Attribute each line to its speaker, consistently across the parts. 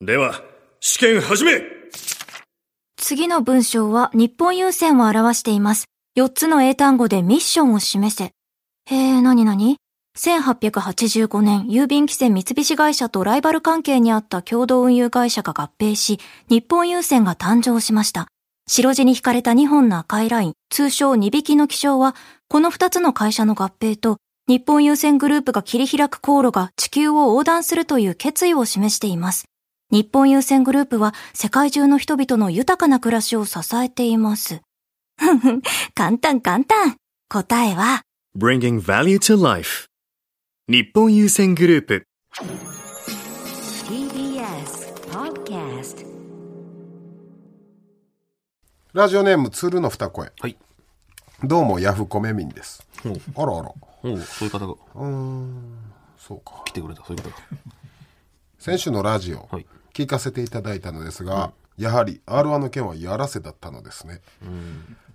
Speaker 1: では、試験始め
Speaker 2: 次の文章は日本郵船を表しています。4つの英単語でミッションを示せ。へえ、なになに ?1885 年、郵便規制三菱会社とライバル関係にあった共同運輸会社が合併し、日本郵船が誕生しました。白地に引かれた2本の赤いライン、通称2匹の気象は、この2つの会社の合併と、日本郵船グループが切り開く航路が地球を横断するという決意を示しています。日本郵船グループは世界中の人々の豊かな暮らしを支えています。 ふんふん、簡単簡単。答えは、
Speaker 1: !Bringing Value to Life 日本優先グループ
Speaker 3: TBS Podcast
Speaker 4: ラジオネーム鶴の二声
Speaker 5: はい。
Speaker 4: どうもヤフコメミンですあらあら
Speaker 5: おうそういう方が
Speaker 4: そうか
Speaker 5: 来てくれた、そうい う方が。
Speaker 4: 先週のラジオ、
Speaker 5: はい
Speaker 4: 聞かせていただいたのですが、やはり r 1の件はやらせだったのですね、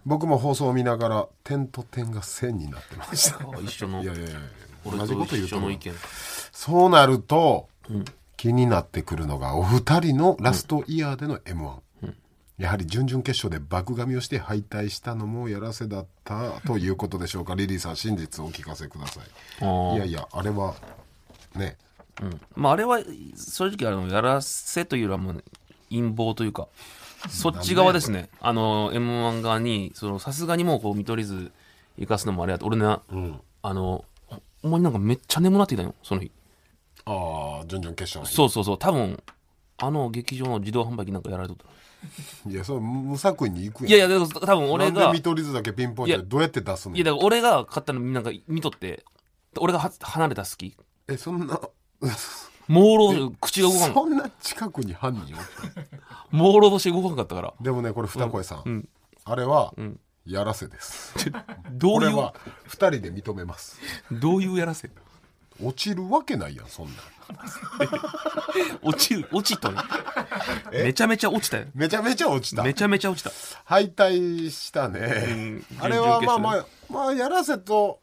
Speaker 4: 僕も放送を見ながら点と点が線になってました
Speaker 5: あ一緒の、
Speaker 4: いやいやいや
Speaker 5: 俺
Speaker 4: 同じこと
Speaker 5: と
Speaker 4: 言う
Speaker 5: 一
Speaker 4: と
Speaker 5: 緒
Speaker 4: 思う
Speaker 5: の意見。
Speaker 4: そうなると、気になってくるのがお二人のラストイヤーでの m 1、やはり準々決勝で爆髪をして敗退したのもやらせだったということでしょう かリリーさん真実をお聞かせくださ
Speaker 5: あ
Speaker 4: い
Speaker 5: ー
Speaker 4: いやいやあれはね
Speaker 5: まあ、あれは、正直、あの、やらせというよりはもう、陰謀というか、そっち側ですね。あの、M1 側に、その、さすがにもう、こう、見取り図行かすのもあれやと、俺な、あの、ほんまになんかめっちゃ眠なってきたよ、その日。
Speaker 4: ああ準々決勝の日
Speaker 5: そうそうそう、多分、あの劇場の自動販売機なんかやられとった。
Speaker 4: いやそう無作為に行く
Speaker 5: いや
Speaker 4: やん
Speaker 5: いや、でも多分俺
Speaker 4: な
Speaker 5: が、
Speaker 4: んで見
Speaker 5: い
Speaker 4: 取り図だけピンポイントで
Speaker 5: いや
Speaker 4: どうやって出すの
Speaker 5: や、だから俺が買ったのみんなが見とって、俺がは離れた隙、
Speaker 4: えそんな
Speaker 5: 朦朧として口が動かん。
Speaker 4: そんな近くに犯人を
Speaker 5: 朦朧として動かんかったから。
Speaker 4: でもねこれ二声さん、
Speaker 5: ん
Speaker 4: あれは、やらせです
Speaker 5: ど
Speaker 4: こ
Speaker 5: う
Speaker 4: れ
Speaker 5: い
Speaker 4: は
Speaker 5: う、
Speaker 4: 二人で認めます
Speaker 5: どういうやらせ
Speaker 4: 落ちるわけないやんそんなん
Speaker 5: 落ちる、落ちたよ。めちゃめちゃ落ちたよ。
Speaker 4: めちゃめちゃ落ちた
Speaker 5: めちゃめちゃ落ちた。
Speaker 4: 敗退したね、
Speaker 5: うん
Speaker 4: あれは
Speaker 5: 準
Speaker 4: まあ
Speaker 5: 々決勝
Speaker 4: まあまあやらせと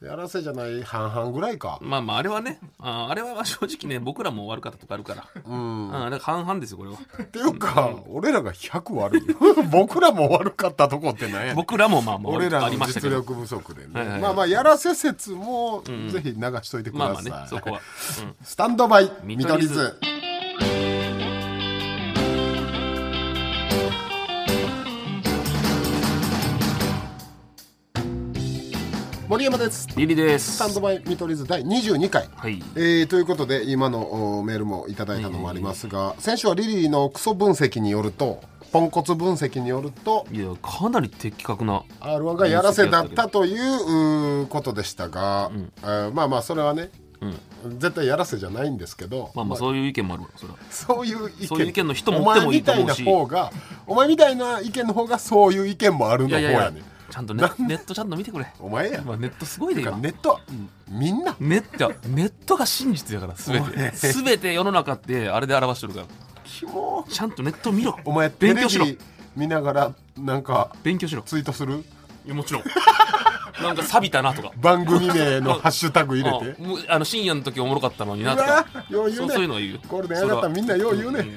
Speaker 4: やらせじゃない半々ぐらいか
Speaker 5: まあまあ、あれはね、あーあれはまあ正直ね、僕らも悪かったとかあるから。うん。だから半々ですよ、これは。
Speaker 4: っていうか、俺らが100悪い 僕らも悪かったとこってなんやねん
Speaker 5: 僕らもまあまあ、
Speaker 4: 俺ら
Speaker 5: あり
Speaker 4: の
Speaker 5: ましたけ
Speaker 4: 実
Speaker 5: ど。
Speaker 4: 力不足でね、
Speaker 5: はいはい
Speaker 4: まあまあやらせ説もぜひ流しといてく
Speaker 5: まあ
Speaker 4: だ
Speaker 5: まあ
Speaker 4: さい、
Speaker 5: ね、そこは。
Speaker 4: スタンドバイ見
Speaker 5: 見
Speaker 4: 取り
Speaker 5: 取り
Speaker 4: 図
Speaker 5: 図
Speaker 4: 森山です
Speaker 5: リリで
Speaker 4: ス
Speaker 5: す
Speaker 4: タンドバイ見取り図第22回、
Speaker 5: はい。
Speaker 4: えーということで今のおメールもいただいたのもありますが、先週はリリーのクソ分析によるとポンコツ分析によると
Speaker 5: いや、かなり的確な。
Speaker 4: r 1がやらせだったといううーことでしたが、えーまあまあそれはね、絶対やらせじゃないんですけど、
Speaker 5: まあまあ、そういう意見もあるわ、それは。
Speaker 4: そういう意見
Speaker 5: そういう意見の人もおってもいいと思うし
Speaker 4: お前みたいな方がお前みたいな意見の方がそういう意見もあるの
Speaker 5: い
Speaker 4: 方
Speaker 5: やいやい
Speaker 4: や
Speaker 5: や
Speaker 4: ねん、
Speaker 5: ちゃんとネネットちゃんと見てくれ。
Speaker 4: お前や
Speaker 5: まあ、ネットすごいで
Speaker 4: てか
Speaker 5: 今。
Speaker 4: ネットはみんな
Speaker 5: ネットネットが真実やから全て全て世の中ってあれで表してるから
Speaker 4: キモ
Speaker 5: ちゃんとネット見ろ
Speaker 4: お前テ
Speaker 5: 勉
Speaker 4: レ
Speaker 5: 強しろ
Speaker 4: ビ見ながらなんか
Speaker 5: 勉強しろ
Speaker 4: ツイートする
Speaker 5: いやもちろん なんか錆びたなとか
Speaker 4: 番組名のハッシュタグ入れ
Speaker 5: あ
Speaker 4: て
Speaker 5: もうあの深夜の時おもろかったのに
Speaker 4: う
Speaker 5: なと
Speaker 4: わ
Speaker 5: か
Speaker 4: よう言う
Speaker 5: そう
Speaker 4: ね
Speaker 5: そういうのは言う
Speaker 4: ゴールデンやだったらみんなよう言うね
Speaker 5: それ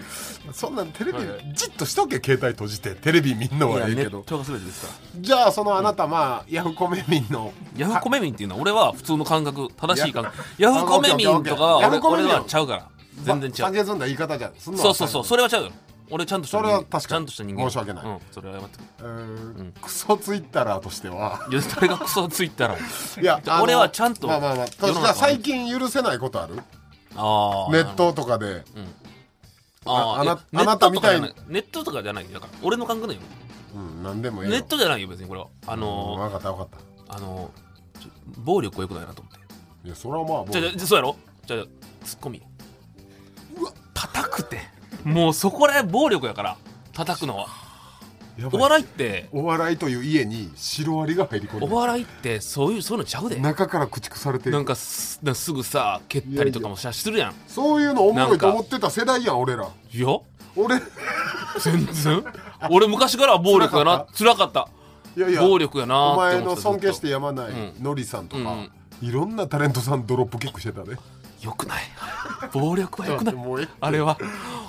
Speaker 5: は
Speaker 4: そんなんテレビ
Speaker 5: はいは
Speaker 4: じっとしとけ携帯閉じてテレビ見んの
Speaker 5: いや
Speaker 4: はいい
Speaker 5: ネ
Speaker 4: け
Speaker 5: ッ
Speaker 4: ど
Speaker 5: トが全てですから
Speaker 4: じゃあそのあなたまあヤフコメ民の
Speaker 5: ヤフコメ民っていうのは俺は普通の感覚正しい感覚ヤフコメ民とか
Speaker 4: あオッケーオッケーオッケー
Speaker 5: は
Speaker 4: ヤ
Speaker 5: 俺
Speaker 4: フコメ
Speaker 5: 俺
Speaker 4: 民は
Speaker 5: はちゃうから全然
Speaker 4: 下
Speaker 5: 違う
Speaker 4: げずんだ言い方じゃんそんなの
Speaker 5: そうそうそうそれはちゃうよ俺ちゃんとした人
Speaker 4: それ
Speaker 5: 間
Speaker 4: は確かに
Speaker 5: ちゃんとした人間
Speaker 4: 申し訳ない
Speaker 5: うんそれは謝って
Speaker 4: うーんクソツイッターとして は
Speaker 5: いや誰がクソついたら
Speaker 4: いやあの
Speaker 5: 俺はちゃんと
Speaker 4: まあまあまあ
Speaker 5: 世の中
Speaker 4: じゃあ最近許せないことある
Speaker 5: ああ
Speaker 4: ネットとかであ
Speaker 5: あ
Speaker 4: あ
Speaker 5: あ
Speaker 4: なあなたみたいに
Speaker 5: ネットとかじゃないネットとかじゃないだから俺の感覚だよ
Speaker 4: うん何でもええよ
Speaker 5: ネットじゃないよ別にこれはあ
Speaker 4: うん
Speaker 5: の
Speaker 4: わかったわかった
Speaker 5: ーあのーちょ暴力はよくないなと思って
Speaker 4: いやそれはまあもう
Speaker 5: じゃあじゃあそうやろじゃあツッコミ叩くてもうそこらへん暴力やから叩くのは
Speaker 4: やば
Speaker 5: お
Speaker 4: い
Speaker 5: 笑いって
Speaker 4: お笑いという家にシロアリが入り込ん
Speaker 5: お
Speaker 4: で
Speaker 5: 笑いってそういうそういうのちゃうで
Speaker 4: 中から駆逐されてい
Speaker 5: な
Speaker 4: く
Speaker 5: んかすなんかすぐさ蹴ったりとかもしゃするやん
Speaker 4: そういうのおもろ
Speaker 5: ないん
Speaker 4: と
Speaker 5: か
Speaker 4: 思ってた世代やん俺ら
Speaker 5: いや
Speaker 4: 俺い
Speaker 5: 全然俺昔から暴力やな辛かった
Speaker 4: やいや
Speaker 5: 暴力やな
Speaker 4: お
Speaker 5: ーって
Speaker 4: 前
Speaker 5: 思
Speaker 4: の
Speaker 5: ってた
Speaker 4: 尊敬して
Speaker 5: ずっ
Speaker 4: やまない
Speaker 5: うん
Speaker 4: のりさんとか、
Speaker 5: うん
Speaker 4: いろんなタレントさんドロップキックしてたね
Speaker 5: とよくない暴力はよくな
Speaker 4: だ
Speaker 5: い
Speaker 4: ってもうええって
Speaker 5: あれは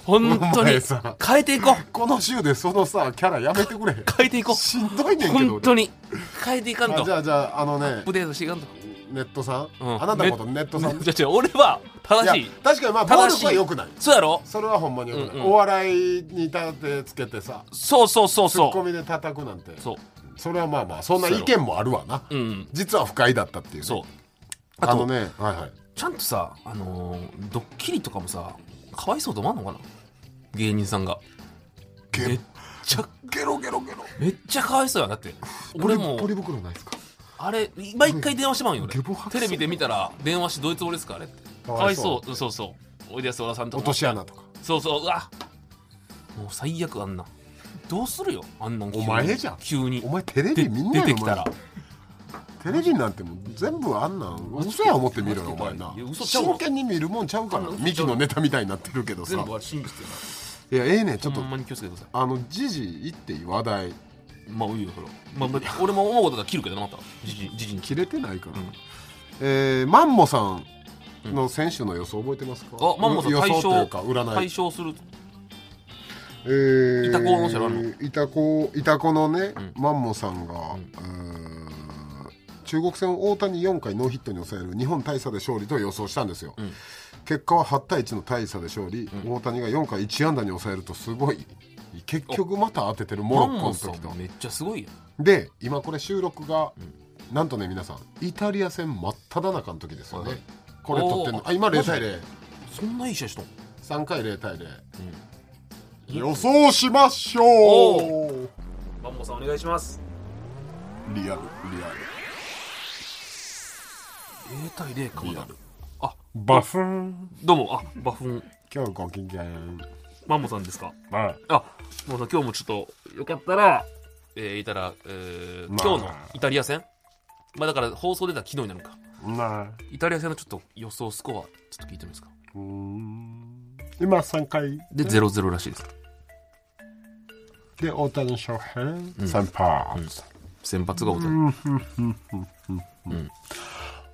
Speaker 5: 本当
Speaker 4: お
Speaker 5: に
Speaker 4: 前さ
Speaker 5: 変えていこう
Speaker 4: この週でそのさキャラやめてくれ
Speaker 5: 変えていこう
Speaker 4: しんどいねんけど
Speaker 5: 本当に変えていかん
Speaker 4: あ
Speaker 5: と
Speaker 4: じゃあじゃああの
Speaker 5: ア
Speaker 4: ね
Speaker 5: ップデートしていかんと、
Speaker 4: ネットさん、
Speaker 5: うん
Speaker 4: あなたのことネットさん
Speaker 5: じゃあ違う俺は正し
Speaker 4: い
Speaker 5: い
Speaker 4: や確かにまあ暴
Speaker 5: 正しい
Speaker 4: 力は良くない
Speaker 5: そうやろ
Speaker 4: それはほんまに良くない、
Speaker 5: うんうん
Speaker 4: お笑いに立てつけてさ
Speaker 5: そうそうそう
Speaker 4: ツッ
Speaker 5: そ
Speaker 4: コミで叩くなんて
Speaker 5: うそう
Speaker 4: それはまあまあそんな意見もあるわな、
Speaker 5: うん
Speaker 4: 実は不快だったっていう、ね、
Speaker 5: そう
Speaker 4: あのねはいはい
Speaker 5: ちゃんとさあのードッキリとかもさかわいそうと思わんのかな芸人さんがめ
Speaker 4: ゲ
Speaker 5: っちゃ
Speaker 4: ゲロゲロゲロ
Speaker 5: めっちゃかわいそうやだって俺も
Speaker 4: ポリ袋ないですか
Speaker 5: あれ毎回電話してまうんよ
Speaker 4: ゲボ吐
Speaker 5: 俺
Speaker 4: きそ
Speaker 5: テ
Speaker 4: う
Speaker 5: レビで見たら電話してどいつ俺ですかあれって
Speaker 4: か
Speaker 5: か
Speaker 4: わ
Speaker 5: わ
Speaker 4: い
Speaker 5: い
Speaker 4: そう
Speaker 5: そうそうそうおいでやす小田さんと
Speaker 4: 落
Speaker 5: か
Speaker 4: とし穴とか
Speaker 5: そうそううわもう最悪あんなどうするよあんなん急に
Speaker 4: お前じゃん
Speaker 5: 急に
Speaker 4: お前テレ
Speaker 5: で
Speaker 4: ビみんな
Speaker 5: 出てきたら
Speaker 4: テレビなんてもう全部あんなん嘘や思って見ろよお前ない
Speaker 5: や嘘ちゃうわ
Speaker 4: 真剣に見るもんちゃうから
Speaker 5: あんな嘘ちゃう
Speaker 4: ミキのネタみたいになってるけどさ
Speaker 5: 全部あれ信じてよ
Speaker 4: いやええねんちょっ
Speaker 5: ほ
Speaker 4: と
Speaker 5: んまに気をつけてくださ
Speaker 4: あの時事いっていい話題
Speaker 5: いまあいいよそれはまあまあ俺も思うことが切るけどなまたじじじじに
Speaker 4: 切れてないから、
Speaker 5: うん
Speaker 4: えーマンモさんの選手の予想覚えてますか、
Speaker 5: あマンモさん
Speaker 4: 予想
Speaker 5: 対
Speaker 4: と
Speaker 5: 象
Speaker 4: いうか占い
Speaker 5: 解消する
Speaker 4: えー、
Speaker 5: イタコの人ある
Speaker 4: イタコイタコのね、
Speaker 5: ん
Speaker 4: マンモさんが、うーん中国戦を大谷4回ノーヒットに抑える日本大差で勝利と予想したんですよ、
Speaker 5: ん
Speaker 4: 結果は8対1の大差で勝利、大谷が4回1安打に抑えるとすごい結局また当ててるモロ
Speaker 5: マ
Speaker 4: ッコ
Speaker 5: ンモ
Speaker 4: の
Speaker 5: ンさ
Speaker 4: 時と
Speaker 5: んめっちゃすごいよ
Speaker 4: で今これ収録が、なんとね皆さんイタリア戦真っ只中の時ですよね、
Speaker 5: はい
Speaker 4: これ撮ってんの
Speaker 5: おー
Speaker 4: あ今0
Speaker 5: マジ
Speaker 4: 対0
Speaker 5: そんないい試合しとん
Speaker 4: 三回0対0、予想しましょう
Speaker 5: おマンモンさんお願いします
Speaker 4: リアルリアル
Speaker 5: 0対0かまだ
Speaker 4: バフン
Speaker 5: どうもあバフン
Speaker 4: 今日ご機嫌は
Speaker 5: マンモンさんですか
Speaker 4: い
Speaker 5: あもうさ今日もちょっとよかったら、えー、いたら、えー
Speaker 4: まあ
Speaker 5: 今日のイタリア戦まあだから放送出たら昨日になるのか
Speaker 4: まあ
Speaker 5: イタリア戦のちょっと予想スコアちょっと聞いてもいいですか
Speaker 4: うーん今三回
Speaker 5: で0ゼ0らしいです
Speaker 4: で大谷翔平3パー、
Speaker 5: 先発が大谷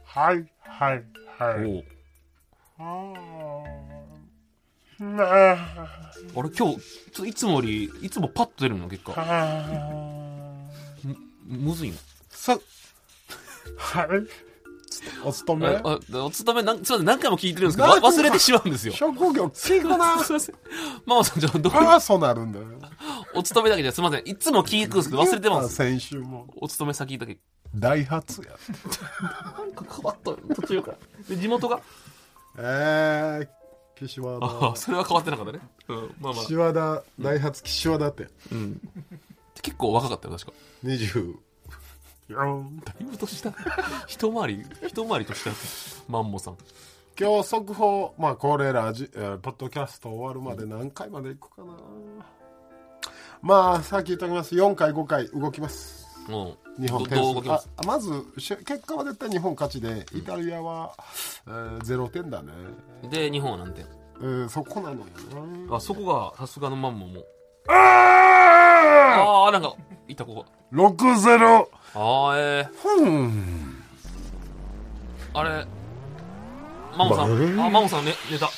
Speaker 4: はいはいはい
Speaker 5: おう
Speaker 4: な
Speaker 5: あれ今日ちょっといつもよりいつもパッと出るの結果
Speaker 4: あ
Speaker 5: むずいの
Speaker 4: さはいお勤め
Speaker 5: ああお勤めなんすいません何回も聞いてるんですけどわ忘れてしまうんですよ
Speaker 4: 職業聞い
Speaker 5: すい
Speaker 4: かな
Speaker 5: ませんママさんじゃあどう
Speaker 4: パーソナルだよ
Speaker 5: お勤めだけじゃすいませんいつも聞くんですけど忘れてます
Speaker 4: 先週も
Speaker 5: お勤め先だけ
Speaker 4: ダイハツや
Speaker 5: なんか変わった途中からで地元が
Speaker 4: えー、岸和
Speaker 5: あ
Speaker 4: 田
Speaker 5: あ それは変わってなかったね、うん、まあまあ
Speaker 4: 岸和田ダイハツ岸和田って
Speaker 5: 結構若かったよ確か
Speaker 4: 20
Speaker 5: だいぶ年下一回り一回りとしたマンモさん
Speaker 4: 今日速報まあこれらじ、えーポッドキャスト終わるまで何回までいくかなまあさっき言っておきます4回5回動きます
Speaker 5: うん
Speaker 4: 日本
Speaker 5: ど
Speaker 4: 点
Speaker 5: どう動
Speaker 4: 数
Speaker 5: きます
Speaker 4: あまずし結果は絶対日本勝ちでイタリアは、えー、0点だね、
Speaker 5: で日本は何点
Speaker 4: えーそこなのよな
Speaker 5: あそこがさすがのマンモも
Speaker 4: あ
Speaker 5: ああなんかいた子が
Speaker 4: ー6-0
Speaker 5: ああえ
Speaker 4: ふん
Speaker 5: ー、あれマンモさんあマンモさんね寝た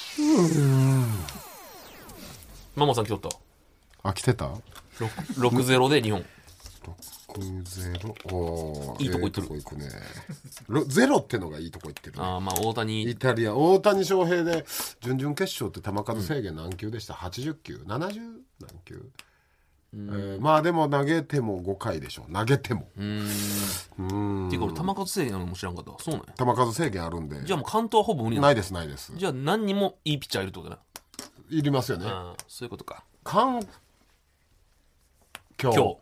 Speaker 5: マンモさん来とった
Speaker 4: あ来てた
Speaker 5: 6ゼ0で日本
Speaker 4: 6-0おー
Speaker 5: いいとこ行ってる
Speaker 4: ええくねろゼロってのがいいとこ行ってるね
Speaker 5: ああまあ大
Speaker 4: イ
Speaker 5: 谷
Speaker 4: タリア大谷翔平で準々決勝って球数制限何球でした、80球70何球、えーまあでも投げても5回でしょ投げても
Speaker 5: うーんていうか俺球数制限あるのも知らんかったわそうなんや
Speaker 4: 球数制限あるんで
Speaker 5: じゃあもう関東はほぼ無理な
Speaker 4: な
Speaker 5: の
Speaker 4: いですないです
Speaker 5: じゃあ何人もいいピッチャーいるってことだ
Speaker 4: いりますよね、
Speaker 5: な、ああそういうことか
Speaker 4: 環境
Speaker 5: 今日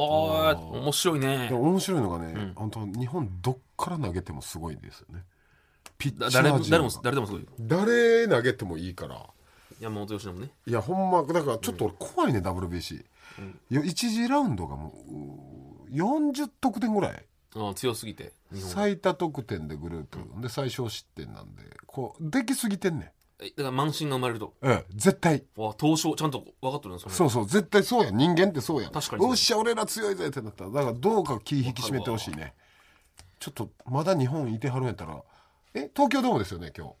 Speaker 5: はーい面白いね
Speaker 4: でも面白いのがね、本当日本どっから投げてもすごいんですよねピッチャ
Speaker 5: だ
Speaker 4: ー
Speaker 5: 誰も
Speaker 4: 陣
Speaker 5: 誰も誰でもすごいよ
Speaker 4: 誰投げてもいいから
Speaker 5: 山本由伸もね
Speaker 4: いやほんまだからちょっと俺怖いね、WBC、よ1次ラウンドがもううー40得点ぐらい
Speaker 5: ああ強すぎて日本は
Speaker 4: 最多得点でグループ、で最小失点なんでこうできすぎてんね
Speaker 5: えだから満身が生まれると
Speaker 4: ん、うん、絶対
Speaker 5: わあ東証ちゃんと分かってるなそれ
Speaker 4: そうそう絶対そうやん人間ってそうやん
Speaker 5: 確かにそう
Speaker 4: よっしゃ俺ら強いぜってなったらだからどうか気引き締めてほしいねちょっとまだ日本いてはるんやったらえ東京ドームですよね今日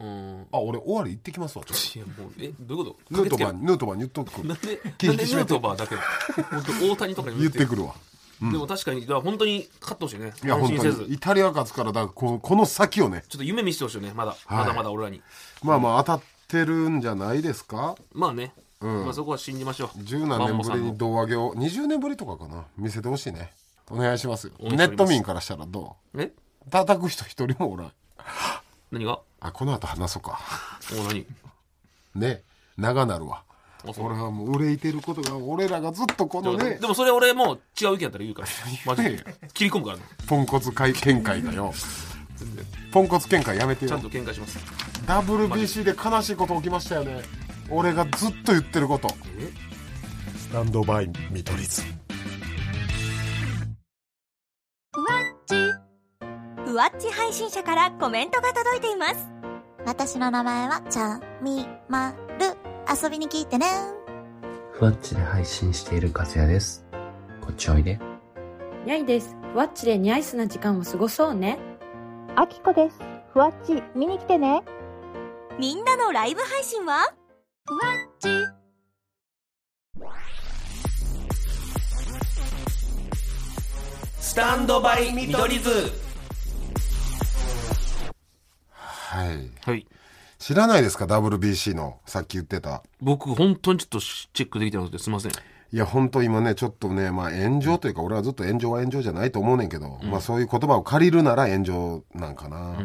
Speaker 5: うん。
Speaker 4: あ俺終わり行ってきますわちょっ
Speaker 5: いやもう、え、どういうこと
Speaker 4: とヌートバー
Speaker 5: 駆けつけ
Speaker 4: ヌートバーに言っとく
Speaker 5: るなんで、なん
Speaker 4: 気
Speaker 5: で
Speaker 4: 引
Speaker 5: ヌ
Speaker 4: き締めて
Speaker 5: ートバーだけ 本当大谷とかに
Speaker 4: 言ってくるわ
Speaker 5: でも確かに、だから本当に勝ってほしいね。
Speaker 4: いや本
Speaker 5: 安心
Speaker 4: 当
Speaker 5: せず。
Speaker 4: にイタリア勝つからだからこのこの先をね
Speaker 5: ちょっと夢見せてほしいよね、まだ。
Speaker 4: い
Speaker 5: まだまだ俺らに。
Speaker 4: まあまあ当たってるんじゃないですか
Speaker 5: まあね。
Speaker 4: うん
Speaker 5: まあそこは信じましょう。
Speaker 4: 十何年ぶり
Speaker 5: マンモさ
Speaker 4: に
Speaker 5: んの
Speaker 4: 胴上げを20年ぶりとかかな見せてほしいねお願いしますよ
Speaker 5: 願い
Speaker 4: ネ
Speaker 5: します
Speaker 4: ット民からしたらど
Speaker 5: え
Speaker 4: う叩く人一人もおらん
Speaker 5: 何が
Speaker 4: あこの後話そうか
Speaker 5: お何
Speaker 4: ね長なるわ
Speaker 5: あそう
Speaker 4: 俺はもう憂いてることが俺らがずっとこのね
Speaker 5: でもそれ俺もう違う意見だったら言うから。マジで。切り込むからね。
Speaker 4: ポンコツ会見会だよポンコツ見解やめて
Speaker 5: ちゃん
Speaker 4: よ
Speaker 5: と喧嘩します。
Speaker 4: WBC で悲しいこと起きましたよね俺がずっと言ってること
Speaker 5: え
Speaker 4: スタンドバイ見取り図
Speaker 6: ふわっち配信者からコメントが届いています。私の名前はちゃみまる。遊びに聞いてね。
Speaker 7: ふわっちで配信しているかずやです。こっちおいで。
Speaker 8: にゃいです。ワッチでニャイスな時間を過ごそうね。
Speaker 9: あきこです。ふわっち、見に来てね。
Speaker 6: みんなのライブ配信はふわっち。
Speaker 5: スタンドバイ見取り図
Speaker 4: はい
Speaker 5: はい。
Speaker 4: 知らないですか WBC のさっき言ってた
Speaker 5: 僕本当にちょっとチェックできてなくてすいません。
Speaker 4: いや本当今ねちょっとねまあ炎上というか俺はずっと炎上は炎上じゃないと思うねんけど、まあそういう言葉を借りるなら炎上なんかな、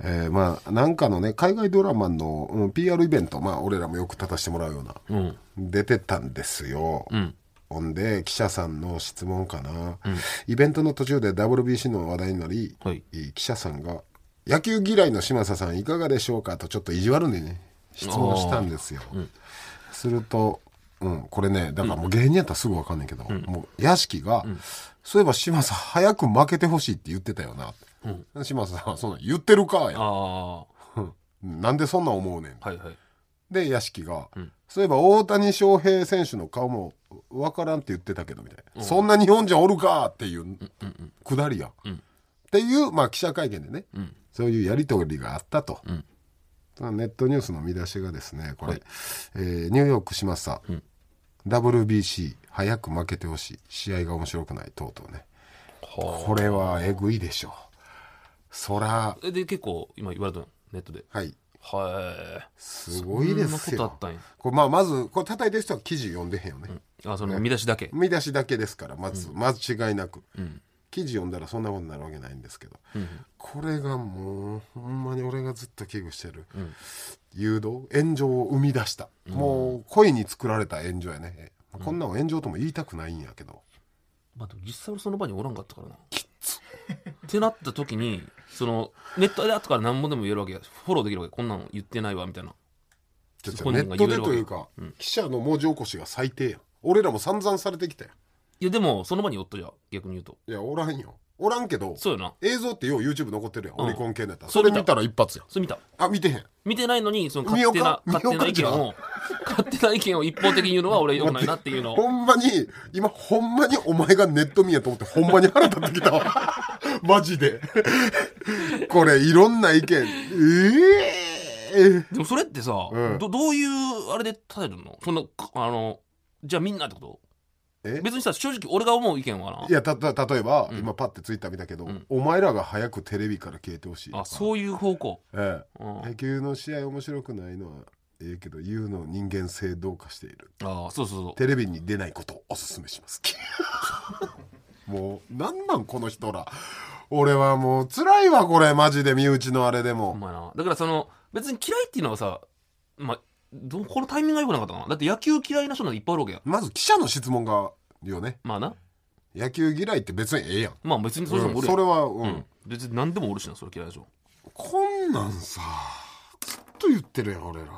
Speaker 4: えーまあなんかのね海外ドラマの、うん PR イベントまあ俺らもよく立たせてもらうような、
Speaker 5: うん。
Speaker 4: 出てたんですよ、
Speaker 5: ん
Speaker 4: ほんで記者さんの質問かな、イベントの途中で WBC の話題になり、
Speaker 5: はい
Speaker 4: 記者さんが「野球嫌いの嶋佐さんいかがでしょうか?」とちょっと意地悪にね質問したんですよ、すると、うん、これねだからもう芸人やったらすぐ分かんないけど、もう屋敷が、そういえば嶋佐早く負けてほしい」って言ってたよなって、嶋佐さんは「そんなん言ってるか
Speaker 5: あ
Speaker 4: や
Speaker 5: あ。は」
Speaker 4: なんでそんなん思うねん」
Speaker 5: いはい。
Speaker 4: で屋敷が、そういえば大谷翔平選手の顔も分からんって言ってたけどみたいな、そんな日本人おるかっていうくだりや、っていう、まあ、記者会見でね、そういうやり取りがあったと、ただネットニュースの見出しがですねこれ、えーニューヨーク嶋佐、WBC 早く負けてほしい試合が面白くないとうとうねこれはえぐいでしょそら
Speaker 5: えで、結構今言われたの、ネットで。
Speaker 4: はい
Speaker 5: は
Speaker 4: すごいです
Speaker 5: そんな
Speaker 4: よ
Speaker 5: ことあったんや
Speaker 4: これまあまずこれ叩いてる人は記事読んでへんよね、
Speaker 5: い。あ、その見出しだけ。
Speaker 4: 見出しだけですからまず、間違いなく、記事読んだらそんなことになるわけないんですけど、これがもうほんまに俺がずっと危惧してる、誘導炎上を生み出した、もう恋に作られた炎上やね、こんなんを炎上とも言いたくないんやけど
Speaker 5: まあ、でも実際俺その場におらんかったからな。きつってなった時に、その、ネットで後から何もでも言えるわけや。フォローできるわけ。こんなん言ってないわ、みたいな。
Speaker 4: ちょっと
Speaker 5: 本
Speaker 4: ネ
Speaker 5: 人が
Speaker 4: ットで
Speaker 5: 言えるわけ
Speaker 4: というか、記者の文字起こしが最低やん俺らも散々されてきたやん
Speaker 5: いや、でも、その場におったじゃん。逆に言うと。
Speaker 4: いやおらんよおらんけど
Speaker 5: そうよな。
Speaker 4: 映像ってよう YouTube 残ってるやん、
Speaker 5: ん
Speaker 4: オリコン系のやったら
Speaker 5: そ
Speaker 4: それ
Speaker 5: れ見た
Speaker 4: 見たら一発やん
Speaker 5: それ見た。
Speaker 4: あ見てへん
Speaker 5: 見てないのに、その勝手な、
Speaker 4: 見よう
Speaker 5: 勝
Speaker 4: か
Speaker 5: 手な意見
Speaker 4: 見
Speaker 5: を、勝手な意見を一方的に言うのは俺 良くないなっていうのを。
Speaker 4: ほんまに、今ほんまにお前がネット見やと思ってほんまに腹立ってき たわ。マジで。これいろんな意見。ええ
Speaker 5: でもそれってさ、
Speaker 4: うん
Speaker 5: どどういうあれで立てるのそんな、かあの、じゃあみんなってこと
Speaker 4: え
Speaker 5: 別にさ、正直俺が思う意見は
Speaker 4: いや、たと、例えば、今パッてツイッター見たけど、お前らが早くテレビから消えてほしい。
Speaker 5: な。あ、そういう方向。
Speaker 4: ええ
Speaker 5: うん
Speaker 4: 野球の試合面白くないのは、ええけど、言うの人間性どうかしている。
Speaker 5: ああ、そうそうそう。
Speaker 4: テレビに出ないことをおすすめし ます。もう、なんなんこの人ら。俺はもう辛いわ、これ、マジで、身内のあれでも。
Speaker 5: ほんまやな。だからその、別に嫌いっていうのはさ、まあ、ど、このタイミングが良くなかったかな。だって野球嫌いな人なんていっぱいおるわけや。
Speaker 4: まず記者の質問がよね
Speaker 5: まあな。
Speaker 4: 野球嫌いって別にええやん、
Speaker 5: まあ別にそれでも
Speaker 4: うん
Speaker 5: おるや
Speaker 4: そ
Speaker 5: ん
Speaker 4: れはうん、
Speaker 5: うん。別に何でもおるしな、それ嫌いでしょ。
Speaker 4: こんなんさずっと言ってるやん俺ら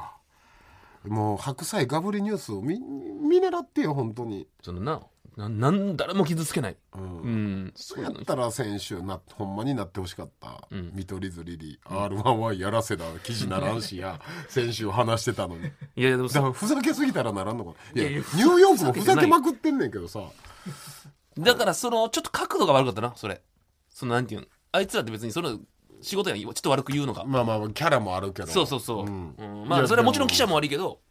Speaker 4: もう白菜ガブリニュースを見見習ってよ本当に
Speaker 5: そのな、な、なん、誰も傷つけない。
Speaker 4: うん
Speaker 5: うん。
Speaker 4: そうやったら先週なほんまになってほしかった、
Speaker 5: ん
Speaker 4: 見取り図リリー r 1はやらせだ記事ならんしや 先週話してたのに
Speaker 5: いやいや、で
Speaker 4: だ
Speaker 5: も
Speaker 4: か
Speaker 5: さ、
Speaker 4: らふざけすぎたらならんのかないや
Speaker 5: いやいや
Speaker 4: ニューヨークもふざけまくってんねんけどさ
Speaker 5: だからその、ちょっと角度が悪かったな、それ。その、なんていうん。あいつらって別にその、仕事やんちょっと悪く言うのが、
Speaker 4: まあまあまあキャラもあるけど
Speaker 5: そうそうそう、
Speaker 4: ん
Speaker 5: うん
Speaker 4: い
Speaker 5: まあ
Speaker 4: や
Speaker 5: それはもちろん
Speaker 4: で
Speaker 5: 記者も悪いけど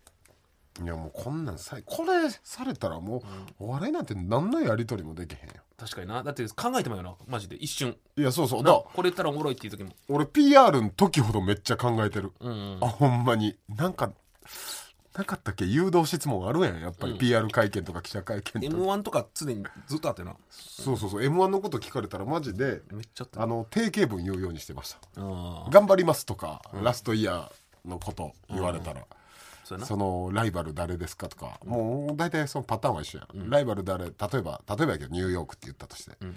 Speaker 4: いやもうこんなんさこれされたらもうお笑いなんて何のやり取りもできへんよ
Speaker 5: 確かになだって考えてもよなマジで一瞬
Speaker 4: いやそうそう
Speaker 5: な
Speaker 4: だ
Speaker 5: これ言ったらおもろいっていう時も
Speaker 4: 俺 PR の時ほどめっちゃ考えてる、
Speaker 5: うんうん
Speaker 4: あほんまになんかなかったっけ誘導質問あるやんやっぱり PR 会見とか記者会見とか、
Speaker 5: m 1とか常にずっとあってな
Speaker 4: そうそうそう m 1のこと聞かれたらマジで
Speaker 5: めっちゃあった
Speaker 4: あの定型文言うようにしてました
Speaker 5: あ
Speaker 4: 頑張りますとか、ラストイヤーのこと言われたら、
Speaker 5: そうやな
Speaker 4: そのライバル誰ですかとか、もう大体そのパターンは一緒やん、ライバル誰例えば例えばやけどニューヨークって言ったとして、えー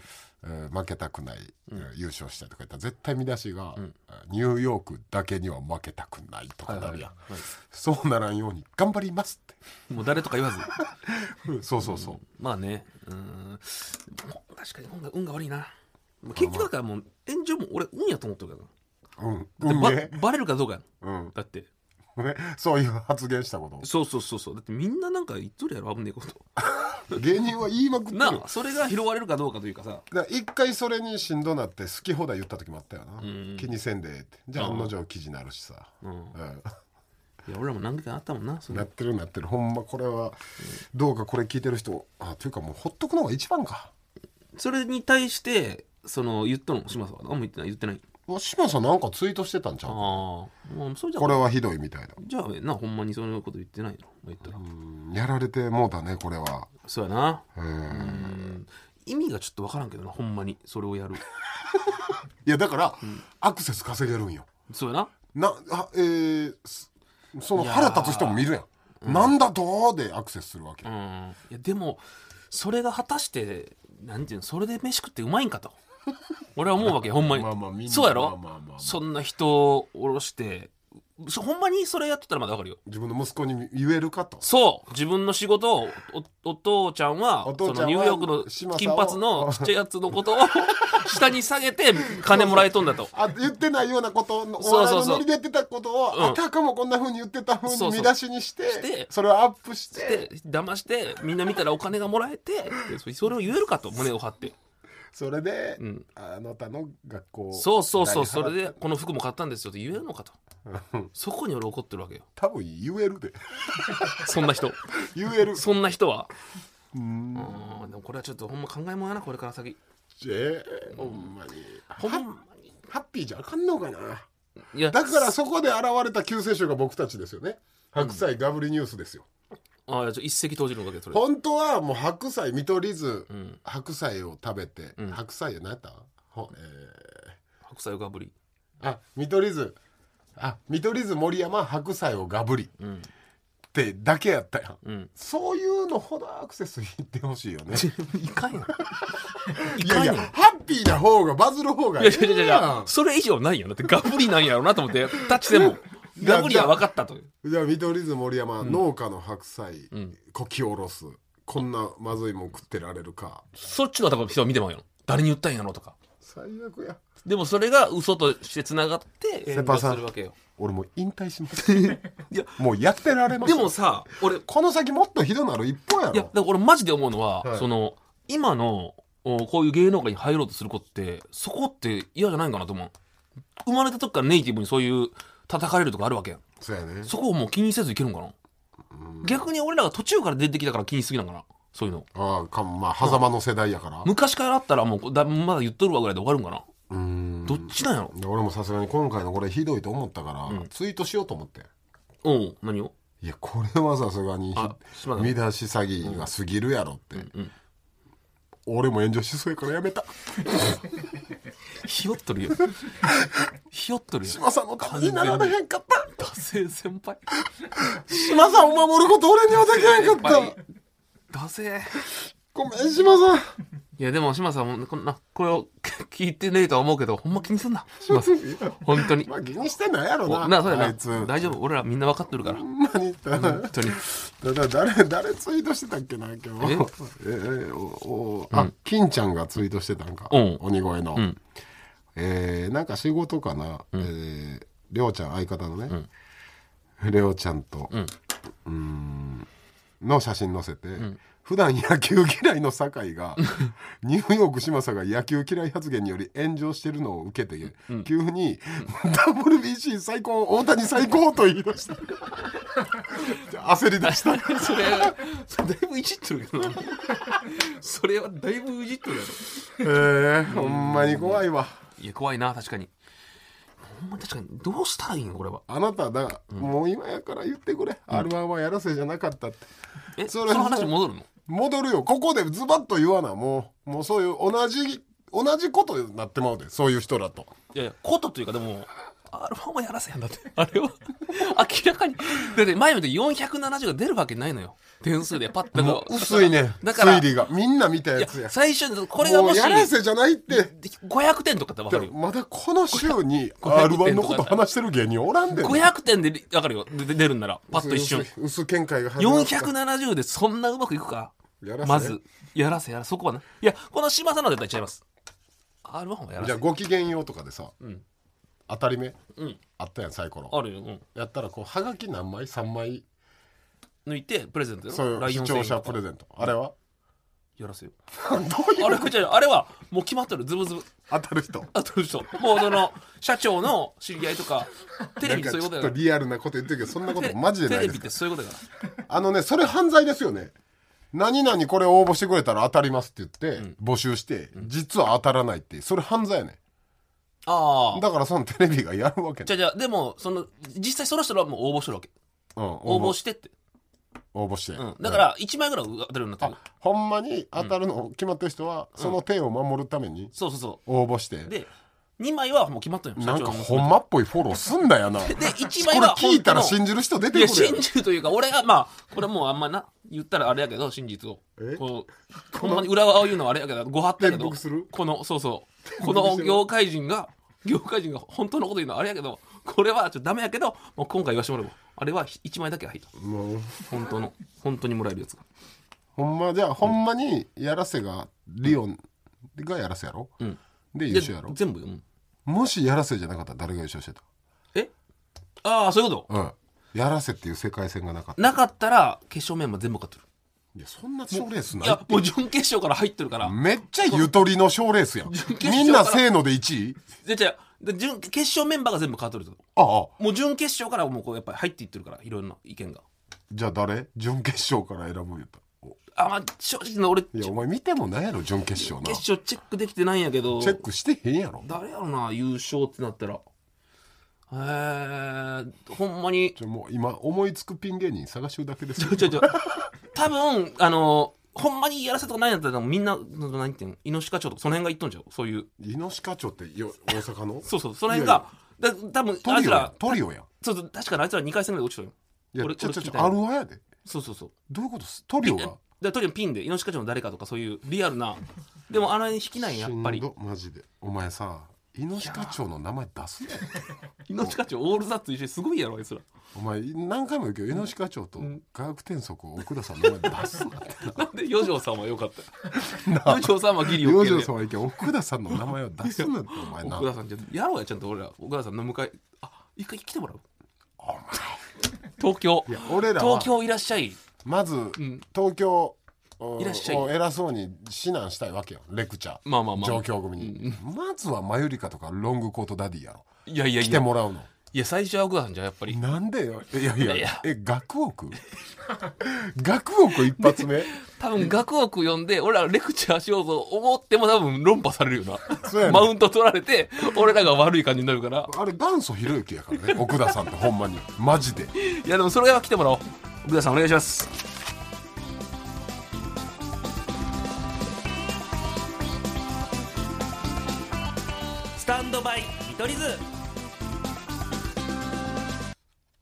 Speaker 4: 負けたくない、えー優勝したいとか言ったら絶対見出しが、えーニューヨークだけには負けたくないとかなるやん、そうならんように頑張りますっ
Speaker 5: もう誰とか言わず
Speaker 4: て、そうそうそう、
Speaker 5: まあねうん確かに運が運が悪いなまあ結局だからもう炎上も俺運やと思ってるか
Speaker 4: うん
Speaker 5: ら
Speaker 4: 運
Speaker 5: な
Speaker 4: 営
Speaker 5: ばバレるかどうかやん
Speaker 4: うん
Speaker 5: だって
Speaker 4: ねそういう発言した こ
Speaker 5: そうそうそうそうだってみんななんか言っとるやろ危ねえこと
Speaker 4: と芸人は言いまくってる
Speaker 5: なあそれが拾われるかどうかというかさ
Speaker 4: だから一回それにしんどなって好き放題言った時もあったよな、
Speaker 5: ん
Speaker 4: 気にせんでええってじゃあ案の定記事になるしさ、
Speaker 5: うん
Speaker 4: うん
Speaker 5: いや俺らも何回かあったもんなそん
Speaker 4: な
Speaker 5: な
Speaker 4: ってるなってるほんまこれはどうかこれ聞いてる人あというかもうほっとくのが一番か
Speaker 5: それに対してその言ったの島さんは何も言ってない言ってない
Speaker 4: わ島さんなんかツイートしてたんちゃ
Speaker 5: あ
Speaker 4: う
Speaker 5: あもうそれじゃ
Speaker 4: これはひどいみたいな
Speaker 5: じゃあなほんまにそういうこと言ってないの言ったら
Speaker 4: うんやられてもうだねこれは
Speaker 5: そうやな
Speaker 4: うん
Speaker 5: うん意味がちょっと分からんけどなほんまにそれをやる
Speaker 4: いやだから、アクセス稼げるんよ
Speaker 5: そうやな
Speaker 4: なあえーすその
Speaker 5: いやー
Speaker 4: 腹立つ人も見るやんなんだどうでアクセスするわけ、
Speaker 5: うんいやでもそれが果たしてなんていうのそれで飯食ってうまいんかと俺は思うわ けよほんまに
Speaker 4: まあまあみんな
Speaker 5: そうや
Speaker 4: まあま
Speaker 5: ろ、
Speaker 4: あまあまあ
Speaker 5: そんな人を下ろしてそほんまにそれやってたらまだわかるよ
Speaker 4: 自分の息子に言えるかと
Speaker 5: そう自分の仕事をおお父ちゃんは
Speaker 4: お父ちゃんは
Speaker 5: そのニューヨークの金髪
Speaker 4: 嶋
Speaker 5: の
Speaker 4: 佐
Speaker 5: ち
Speaker 4: を
Speaker 5: っちゃいやつのことを下に下げて金もらえとんだと
Speaker 4: あ言ってないようなことのお
Speaker 5: そう
Speaker 4: 笑い
Speaker 5: そう
Speaker 4: の
Speaker 5: そう
Speaker 4: ノリで言ってたことを、
Speaker 5: うん
Speaker 4: あたかもこんなふうに言ってたふう
Speaker 5: そう
Speaker 4: に
Speaker 5: そ
Speaker 4: 見
Speaker 5: う
Speaker 4: 出しにしてそ
Speaker 5: して
Speaker 4: れをアップして
Speaker 5: で騙してみんな見たらお金がもらえてでそそれを言えるかと胸を張って、
Speaker 4: それで、
Speaker 5: うん、
Speaker 4: あなたの学校
Speaker 5: そうそうそうそ
Speaker 4: 代
Speaker 5: れ
Speaker 4: 払って
Speaker 5: でこの服も買ったんですよって言えるのかとそこに俺怒ってるわけよ
Speaker 4: 多分言えるで
Speaker 5: そんな人
Speaker 4: 言える
Speaker 5: そんな人は
Speaker 4: うん
Speaker 5: うんでもこれはちょっとほんま考えもんやなこれから先
Speaker 4: えーほんまに
Speaker 5: ほんまに
Speaker 4: ハッピーじゃあかんのかない
Speaker 5: や
Speaker 4: だからそこで現れた救世主が僕たちですよね白菜ガブリニュースですよ、
Speaker 5: あいやちょ一石投じるわけそれ
Speaker 4: 本当はもう白菜見取り図、
Speaker 5: ん
Speaker 4: 白菜を食べて、
Speaker 5: ん
Speaker 4: 白菜何やった、ほえー
Speaker 5: 白菜をかぶり
Speaker 4: あ見取り図あ見取り図森山白菜をがぶり、ってだけやったやん、
Speaker 5: ん
Speaker 4: そういうのほどアクセスいってほ しいよね
Speaker 5: いかんやんい
Speaker 4: いや
Speaker 5: かん
Speaker 4: いや
Speaker 5: やん
Speaker 4: ハッピーな方がバズる方が
Speaker 5: い
Speaker 4: え
Speaker 5: や
Speaker 4: え
Speaker 5: いやいやいや
Speaker 4: や
Speaker 5: それ以上ないやんだってガブリなんやろうなと思ってタッチでも
Speaker 4: いや
Speaker 5: ガブリは分かったというん
Speaker 4: じゃあ見取り図森山、農家の白菜、
Speaker 5: ん
Speaker 4: こきおろすこんなまずいもん食ってられるか
Speaker 5: そっちの多分人は見てまうやん誰に言ったんやろとか
Speaker 4: 最悪や
Speaker 5: でもそれが嘘としてつながって
Speaker 4: セパさん
Speaker 5: するわけよ
Speaker 4: 俺もう引退します いやもうやってられます
Speaker 5: でもさ俺い
Speaker 4: この先もっとひどなる一方やろ
Speaker 5: やだから俺マジで思うのは、
Speaker 4: はい
Speaker 5: その今のおこういう芸能界に入ろうとする子ってそこって嫌じゃないんかなと思う生まれた時からネイティブにそういう叩かれるとかあるわけやん
Speaker 4: そうやね
Speaker 5: そこをもう気にせずいけるんかな逆に俺らが途中から出てきたから気にしすぎなんかなそういうの
Speaker 4: ああかまあ狭間の世代やから
Speaker 5: 昔からあったらもうだまだ言っとるわぐらいで終わるんかな
Speaker 4: うん
Speaker 5: どっちなんやろ
Speaker 4: で俺もさすがに今回のこれひどいと思ったから、ツイートしようと思って
Speaker 5: おう何を
Speaker 4: いやこれはさすがに
Speaker 5: あすいません
Speaker 4: 見出し詐欺が過ぎるやろって、俺も炎上しそうやからやめた
Speaker 5: ひよっとるよひよっとるよ
Speaker 4: 島さんのためにならなへんかった
Speaker 5: 惰性先輩
Speaker 4: 島さんを守ること俺にはできへんかった
Speaker 5: 惰性
Speaker 4: ごめん島さん
Speaker 5: いやでも島さんもこんなこれを聞いてねえとは思うけどほんま気にすんな島さん本当に
Speaker 4: まあ気にしてないやろ
Speaker 5: お
Speaker 4: な
Speaker 5: なそう
Speaker 4: あ
Speaker 5: や
Speaker 4: いつ
Speaker 5: な大丈夫俺らみんな分かってるから本
Speaker 4: ほんまにだだ
Speaker 5: 当に
Speaker 4: だ誰誰ツイートしてたっけな今日
Speaker 5: え
Speaker 4: え えおおあ、金ちゃんがツイートしてたんか、
Speaker 5: うん
Speaker 4: 鬼越の、
Speaker 5: ん
Speaker 4: えーなんか仕事かな、えーりょうちゃん相方のね、りょうちゃんと、うーんの写真載せて、普段野球嫌いの酒井が ニューヨーク嶋佐が野球嫌い発言により炎上してるのを受けて、急に「WBC 最高大谷最高」と言い出した焦り出した
Speaker 5: それそれだいぶいじってるけどなそれはだいぶいじってるやろ
Speaker 4: えー、ほんまに怖いわ
Speaker 5: いや怖いな確かにほんまに確かにどうしたらいいのこれは
Speaker 4: あなただ、もう今やから言ってくれ、R1 はやらせじゃなかったって
Speaker 5: え
Speaker 4: そ
Speaker 5: そ
Speaker 4: れ
Speaker 5: の話戻るの
Speaker 4: 戻るよここでズバッと言わなもうもうそういう同じ同じことになってまうでそういう人らと
Speaker 5: いやいやことというかでも R1 はやらせやんだってあれは明らかにだって前見て470が出るわけないのよ点数でパッと
Speaker 4: もう薄いね
Speaker 5: だから
Speaker 4: 推理がみんな見た
Speaker 5: い
Speaker 4: や
Speaker 5: や
Speaker 4: つや
Speaker 5: 最初にこれが
Speaker 4: も
Speaker 5: も
Speaker 4: う
Speaker 5: し
Speaker 4: やらせじゃないって
Speaker 5: 500点とかだったら分かるよ
Speaker 4: まだこの週に
Speaker 5: これ
Speaker 4: R1 のこと話してる芸人おらんでん
Speaker 5: 500点で分かるよでで出るんならパッと一瞬
Speaker 4: 薄い薄い見解が始まった
Speaker 5: 470でそんなうまくいくか
Speaker 4: やらせ
Speaker 5: まずやらせやらせそこはねいやこの島さんのは絶対ちゃいます R1 はやら
Speaker 4: じゃあ
Speaker 5: せ
Speaker 4: ご機嫌ようとかでさ、
Speaker 5: ん
Speaker 4: 当たり目
Speaker 5: うん
Speaker 4: あったやんサイコロ
Speaker 5: あるよ、うん、
Speaker 4: やったらこうはがき何枚3枚
Speaker 5: 抜いてプレゼントよ
Speaker 4: そういう視聴者プレ
Speaker 5: ン
Speaker 4: ゼントあれは
Speaker 5: トやらせよ
Speaker 4: どういう
Speaker 5: あれじゃああれはもう決まってるズブズブ
Speaker 4: 当たる人
Speaker 5: あとる人もうその社長の知り合い とかテレビそういう
Speaker 4: なん
Speaker 5: ことや
Speaker 4: か
Speaker 5: か
Speaker 4: ちょっと
Speaker 5: ら
Speaker 4: リアルなこと言ってるけどそんな ことマジで
Speaker 5: テ
Speaker 4: ない
Speaker 5: レ
Speaker 4: で
Speaker 5: ビ
Speaker 4: す
Speaker 5: ってそういうことやか
Speaker 4: あのねそれ犯罪ですよね何々これ応募してくれたら当たりますって言って、募集して実は当たらないってそれ犯罪やね
Speaker 5: らああ
Speaker 4: だからそのテレビがやるわけ
Speaker 5: じ
Speaker 4: ね、
Speaker 5: ゃあじゃあでもその実際その人らはもう応募してるわけ
Speaker 4: うん、
Speaker 5: 応募
Speaker 4: し
Speaker 5: してって、
Speaker 4: 応募して、
Speaker 5: うん、だから1枚ぐらい当たるようになってる
Speaker 4: あほんまに当たるの決まってる人は、その手を守るために
Speaker 5: そうそうそ
Speaker 4: 応募して、
Speaker 5: うで2枚はもう決まったよ
Speaker 4: なんか
Speaker 5: 社長の
Speaker 4: ほんまっぽいフォローすんだよなこ
Speaker 5: で1枚
Speaker 4: れ
Speaker 5: は
Speaker 4: 聞いたら
Speaker 5: 本当の
Speaker 4: 信じる人出
Speaker 5: い
Speaker 4: て
Speaker 5: や
Speaker 4: くるやん
Speaker 5: 信じるというか俺がまあこれもうあんまな言ったらあれやけど真実を
Speaker 4: え
Speaker 5: こうほんまに裏側を言うのはあれやけどご法度やけ
Speaker 4: 転
Speaker 5: ど
Speaker 4: 覆する
Speaker 5: このそうそう
Speaker 4: 転
Speaker 5: こ
Speaker 4: 覆してる
Speaker 5: の業界人が業界人が本当のこと言うのはあれやけどこれはちょっとダメやけどもう今回言わしてもらうわあれは1枚だけ入った
Speaker 4: もう
Speaker 5: 本当の本当にもらえるやつが
Speaker 4: ほんまじゃあほんまにやらせがリオンがやらせやろ、
Speaker 5: うん
Speaker 4: で優
Speaker 5: で
Speaker 4: 勝やろ
Speaker 5: 全部、うん、
Speaker 4: もしやらせじゃなかったら誰が優勝してた
Speaker 5: えああそういうこと
Speaker 4: うんやらせっていう世界線がなかった
Speaker 5: なかったら決勝メンバー全部勝ってる
Speaker 4: いやそんな賞レースない
Speaker 5: いやもう準決勝から入ってるから
Speaker 4: めっちゃゆとりの賞レースやん
Speaker 5: 決勝から
Speaker 4: みんなせーので1位
Speaker 5: でじゃあで準決勝メンバーが全部勝ってるってこと
Speaker 4: ああ
Speaker 5: もう準決勝からもうこうやっぱり入っていってるからいろんな意見が
Speaker 4: じゃあ誰準決勝から選ぶんやったお
Speaker 5: あまあ正直な俺
Speaker 4: い
Speaker 5: 準
Speaker 4: や
Speaker 5: 決
Speaker 4: お前見てもないやろ準決勝なチ
Speaker 5: 勝チェックできてないんやけど
Speaker 4: ェックしてへんやろ
Speaker 5: 誰やろな優勝ってなったらえー、ほんまに
Speaker 4: ちょもう今思いつくピン芸人探してるだけです
Speaker 5: ちょちょちょ多分あのほんまにやらせたことないんやったらみんな何ていうの猪鹿町とかその辺が言っとんじゃうそういう
Speaker 4: 猪鹿町ってよ大阪の
Speaker 5: そうそうその辺がだ多分
Speaker 4: ト
Speaker 5: あい
Speaker 4: リ
Speaker 5: つ
Speaker 4: オや
Speaker 5: ら
Speaker 4: んトリオやん
Speaker 5: そうそう確かにあいつら2回戦ぐらいで落ちたよ
Speaker 4: いや
Speaker 5: 俺
Speaker 4: ちょちょち
Speaker 5: 俺聞い
Speaker 4: ょ
Speaker 5: た
Speaker 4: あ
Speaker 5: よ
Speaker 4: るわやで
Speaker 5: そうそうそう
Speaker 4: どういうことっすトリオ
Speaker 5: え
Speaker 4: が
Speaker 5: だとにかくピンで猪鹿町の誰かとかそういうリアルなでもあの辺引きないやっぱり
Speaker 4: しんどマジでお前さ猪鹿町の名前出すね
Speaker 5: 命課長オールザッツ一緒にすごいやろあいつら
Speaker 4: お前何回も言うけど猪鹿町と科学転足を奥田さんの名前出すな
Speaker 5: なんで四条さんは良 かったよ四条さんはギリオ
Speaker 4: 洋
Speaker 5: ッケ
Speaker 4: 次郎
Speaker 5: ー
Speaker 4: さんはいいけど奥田さんの名前を出すなってお前
Speaker 5: で
Speaker 4: な
Speaker 5: 奥田さんじゃやろうやちゃんと俺ら奥田さんの向かいあ一回来てもらう
Speaker 4: お前
Speaker 5: 東京
Speaker 4: いや俺らは
Speaker 5: 東京いらっしゃい
Speaker 4: まず
Speaker 5: ん
Speaker 4: 東京を
Speaker 5: いらっしゃい
Speaker 4: を偉そうに指南したいわけよレクチャー、
Speaker 5: まあまあまあ
Speaker 4: 状況組に、まずはマユリカとかロングコートダディやろ
Speaker 5: いやいや
Speaker 4: 来
Speaker 5: い
Speaker 4: て
Speaker 5: や
Speaker 4: もらうの
Speaker 5: いや最初は奥田さんじゃやっぱり
Speaker 4: なんでよいやいや
Speaker 5: いや
Speaker 4: え学 億学億一発目
Speaker 5: 多分学奥呼んで俺らレクチャーしようと思っても多分論破されるよ
Speaker 4: そうやね
Speaker 5: なマウント取られて俺らが悪い感じになるから
Speaker 4: あれ元祖ひろゆきや からね奥田さんってほんまにマジで
Speaker 5: いやでもそれは来てもらおう奥田さんお願いします
Speaker 3: スタンドバイ見取り図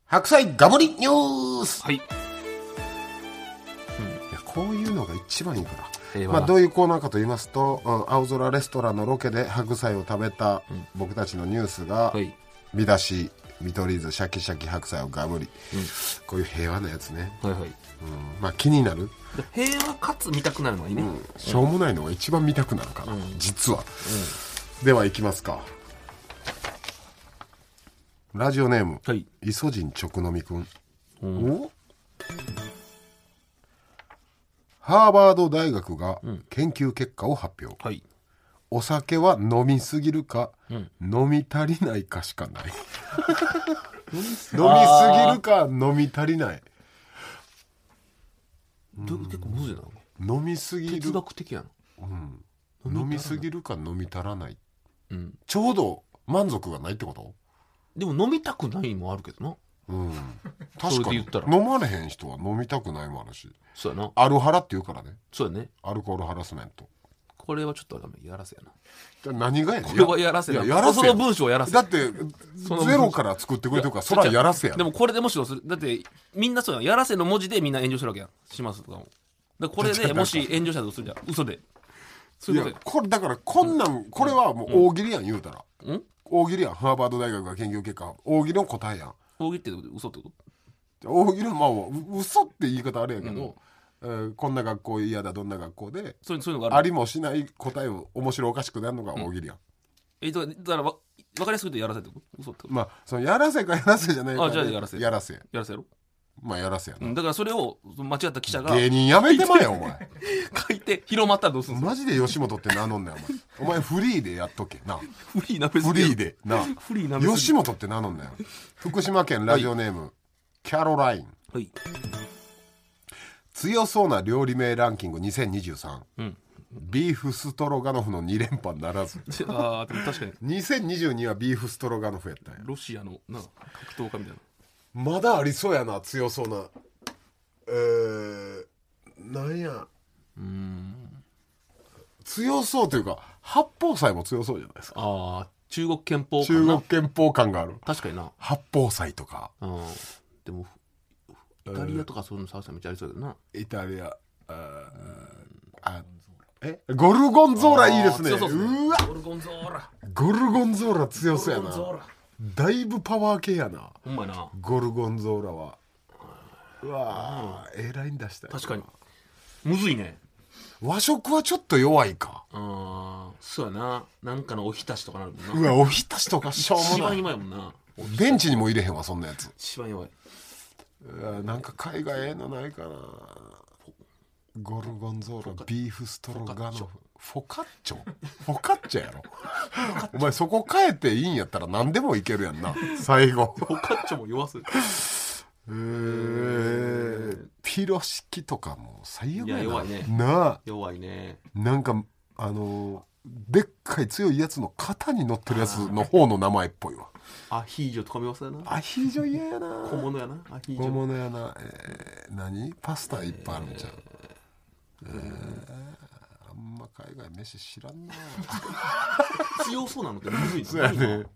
Speaker 4: 白菜ガブリニュース
Speaker 5: はい
Speaker 4: いやこういうのが一番いいから
Speaker 5: 平
Speaker 4: ま
Speaker 5: 和
Speaker 4: あ、
Speaker 5: な
Speaker 4: どういうコーナーかと言いますと、うん青空レストランのロケで白菜を食べた僕たちのニュースが、
Speaker 5: はい
Speaker 4: 見出し見取り図シャキシャキ白菜をガブリ、こういう平和なやつね、
Speaker 5: はいはい
Speaker 4: うんまあ気になる、
Speaker 5: 平和かつ見たくなるのがいいね、
Speaker 4: しょうもないのが一番見たくなるから、実は、ではいきますかラジオネーム、
Speaker 5: はい
Speaker 4: イソジン直飲みくん、おハーバード大学が
Speaker 5: うん
Speaker 4: 研究結果を発表、
Speaker 5: はい。
Speaker 4: お酒は飲みすぎるか、
Speaker 5: うん
Speaker 4: 飲み足りないかしか ない飲みすぎるか飲み足りない
Speaker 5: ど結構むずいな。
Speaker 4: 飲みすぎ
Speaker 5: 哲
Speaker 4: る、
Speaker 5: 学的やな。
Speaker 4: うん、飲みすぎるか飲み足らない
Speaker 5: うん。
Speaker 4: ちょうど満足がないってこと
Speaker 5: でも飲みたくないもあるけどな。
Speaker 4: うん
Speaker 5: そ
Speaker 4: 確
Speaker 5: れで
Speaker 4: か
Speaker 5: 言
Speaker 4: に
Speaker 5: ったら
Speaker 4: 飲まれへん人は飲みたくないもあるし
Speaker 5: そうやな。
Speaker 4: アルハラって言うからね
Speaker 5: そうやね。
Speaker 4: アルコールハラスメント
Speaker 5: これはちょっとダメ。やらせやな。
Speaker 4: じゃあ何がやねん
Speaker 5: これはやらせ
Speaker 4: い
Speaker 5: や
Speaker 4: や
Speaker 5: な。
Speaker 4: やらせ
Speaker 5: その文章はやらせ。
Speaker 4: だって
Speaker 5: その
Speaker 4: ゼロから作ってくれてるからそらやらせや
Speaker 5: でもこれでもしろするだってみんなそうやんやらせの文字でみんな炎上してるわけやんしますとかもだからこれでもし炎上したとするじゃん嘘でそう
Speaker 4: い
Speaker 5: いう
Speaker 4: や
Speaker 5: ことや
Speaker 4: これだからこんなんこれはもう大喜利やん言うたら
Speaker 5: うん
Speaker 4: 大喜利やんハーバード大学が研究結果大喜利の答えやん
Speaker 5: 大喜利ってこと嘘ってこ
Speaker 4: 大喜利のまあう嘘って言い方あれやけど、えーこんな学校嫌だどんな学校で
Speaker 5: とそういうそういうのが
Speaker 4: あ
Speaker 5: ある
Speaker 4: りもしない答えを面白おかしくなるのが大喜利やん、
Speaker 5: えだからだからわ分かりやすく言うとやらせってこと嘘ってこと
Speaker 4: まあそのやらせかやらせじゃないか
Speaker 5: あじゃあやらせ
Speaker 4: やらせ
Speaker 5: やらせやろ
Speaker 4: まあやらせや
Speaker 5: う
Speaker 4: な、
Speaker 5: んだからそれをその間違った記者が
Speaker 4: 芸人やめてまえよお前
Speaker 5: 書いて広まったらどうするんで
Speaker 4: マジで吉本って名乗んねんお 前お前フリーでやっとけな
Speaker 5: すかフリーなフ
Speaker 4: フリーでな
Speaker 5: フリーなめすぎる
Speaker 4: 吉本って名乗んなよ福島県ラジオネーム、キャロライン
Speaker 5: はい
Speaker 4: 強そうな料理名ランキング2023、
Speaker 5: うん
Speaker 4: ビーフストロガノフの2連覇ならず
Speaker 5: あーでも確かに
Speaker 4: 2022はビーフストロガノフやったんや
Speaker 5: ロシアのなんか格闘家みたいな
Speaker 4: まだありそうやな強そうなえー、なんや
Speaker 5: うん
Speaker 4: 強そうというか八宝菜も強そうじゃないですか
Speaker 5: ああ中国憲法かな
Speaker 4: 中国憲法感がある
Speaker 5: 確かにな
Speaker 4: 八宝菜とか
Speaker 5: うんでもイタリアとかそういうの探したらめっちゃありそうだけどな
Speaker 4: イタリアあーあえゴルゴンゾーラいいですね
Speaker 5: 強そうっすね
Speaker 4: うわ
Speaker 5: ゴルゴンゾーラ
Speaker 4: ゴルゴンゾーラ強そうや
Speaker 5: ゴルゴンゾー
Speaker 4: な
Speaker 5: ラ
Speaker 4: だいぶパワー系やな
Speaker 5: ほんまやな
Speaker 4: ゴルゴンゾーラはうわーえらいん出したよ
Speaker 5: 確かにむずいね
Speaker 4: 和食はちょっと弱いか
Speaker 5: ああそうやななんかのおひたしとかなるもんな
Speaker 4: うわおひたしとかしょうも
Speaker 5: 一
Speaker 4: ない
Speaker 5: 番弱いもんな
Speaker 4: 電池にも入れへんわそんなやつ
Speaker 5: 一番弱いう
Speaker 4: わなんか海外ええのないかなゴルゴンゾーラビーフストロガノフフォカッチョフォカッチョやろお前そこ変えていいんやったら何でもいけるやんな最後
Speaker 5: フォカッチョも弱すぎる
Speaker 4: えーピロシキとかもう最悪やない
Speaker 5: や弱いね
Speaker 4: なあ
Speaker 5: 弱いね
Speaker 4: なんかあのーでっかい強いやつの肩に乗ってるやつの方の名前っぽいわ
Speaker 5: アヒージョとかも弱そうやな
Speaker 4: アヒージョ嫌やな
Speaker 5: 小物やなアヒージ
Speaker 4: 小
Speaker 5: ョ
Speaker 4: 物やな、えー、何パスタいっぱいあるんちゃう、えーあんま海外飯知らんな
Speaker 5: 強そうなのってむずい
Speaker 4: そうやね、えー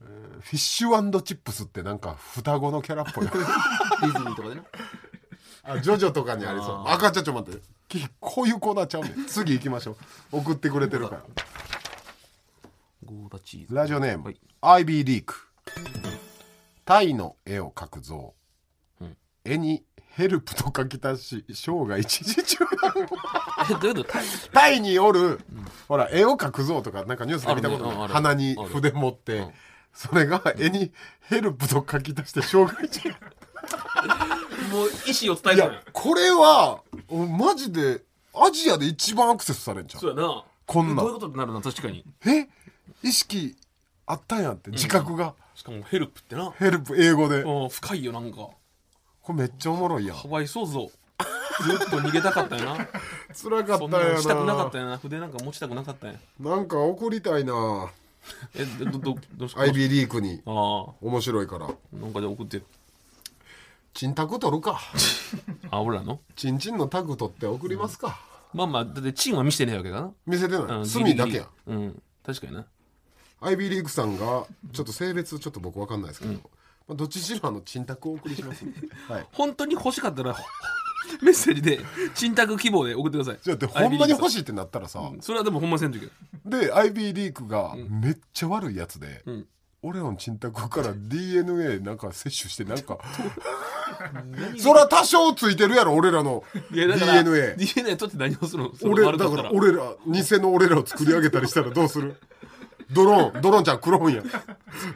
Speaker 4: フィッシュチップスってなんか双子のキャラっぽい
Speaker 5: ディズニーとかでな
Speaker 4: あジョジョとかにありそう
Speaker 5: あー
Speaker 4: 赤ちゃんちょ待ってきこういうコーナーちゃうねん次行きましょう送ってくれてるから
Speaker 5: ゴーダチーズ
Speaker 4: ラジオネーム、
Speaker 5: はい
Speaker 4: アイビーリークタイの絵を描く像、
Speaker 5: ん
Speaker 4: 絵にヘルプと書き足し生涯一時中断
Speaker 5: えどういうことタイ
Speaker 4: タイにおる、ほら絵を描くぞとかなんかニュースで見たことない、
Speaker 5: あるねある
Speaker 4: 鼻に筆持って、
Speaker 5: うん
Speaker 4: それが絵にヘルプと書き足して生涯中
Speaker 5: もう意思を伝え
Speaker 4: い
Speaker 5: てる
Speaker 4: やこれはおマジでアジアで一番アクセスされんじゃ
Speaker 5: そうやな
Speaker 4: こんなん
Speaker 5: どういうことになるの確かに
Speaker 4: んえ意識あったんやって自覚が、
Speaker 5: しかもヘルプってな
Speaker 4: ヘルプ英語で
Speaker 5: うん深いよなんか
Speaker 4: これめっちゃおもろいやん
Speaker 5: かわいそうぞずっと逃げたかっ たよな
Speaker 4: 辛かった
Speaker 5: そ
Speaker 4: よ
Speaker 5: んな
Speaker 4: な
Speaker 5: のしたくなかったよな筆なんか持ちたくなかったよ
Speaker 4: なんか怒りたいな
Speaker 5: えどどどどうし
Speaker 4: アイビーリークに
Speaker 5: ああ
Speaker 4: 面白いから
Speaker 5: なんかで送ってよ
Speaker 4: チンタク取るか
Speaker 5: あ俺らの
Speaker 4: チンチンのタグ取って送りますか、
Speaker 5: まあまあだってチンは見せてねえわけか
Speaker 4: 見せて
Speaker 5: な
Speaker 4: な
Speaker 5: う
Speaker 4: い
Speaker 5: ん
Speaker 4: 隅だけや
Speaker 5: うん確かにな
Speaker 4: アイビーリークさんがちょっと性別ちょっと僕わかんないですけど、まあ、どっちしろあのチンタクをお送りしますんではい
Speaker 5: 本当に欲しかったら メッセージで沈託希望で送ってください
Speaker 4: じゃあでほんまに欲
Speaker 5: い
Speaker 4: しいってなったらさ、
Speaker 5: それはでもほんませんとき
Speaker 4: でアイビーリークがめっちゃ悪いやつで、
Speaker 5: ん
Speaker 4: 俺らのチンタクから DNA なんか摂取してなんかそら多少ついてるやろ俺らの
Speaker 5: いやだから
Speaker 4: DNA
Speaker 5: DNA 取って何をするのそれ
Speaker 4: 俺
Speaker 5: 悪
Speaker 4: だ
Speaker 5: っ
Speaker 4: か
Speaker 5: た
Speaker 4: ら俺ら偽の俺らを作り上げたりしたらどうするドローン、ドローンちゃん、クローンや。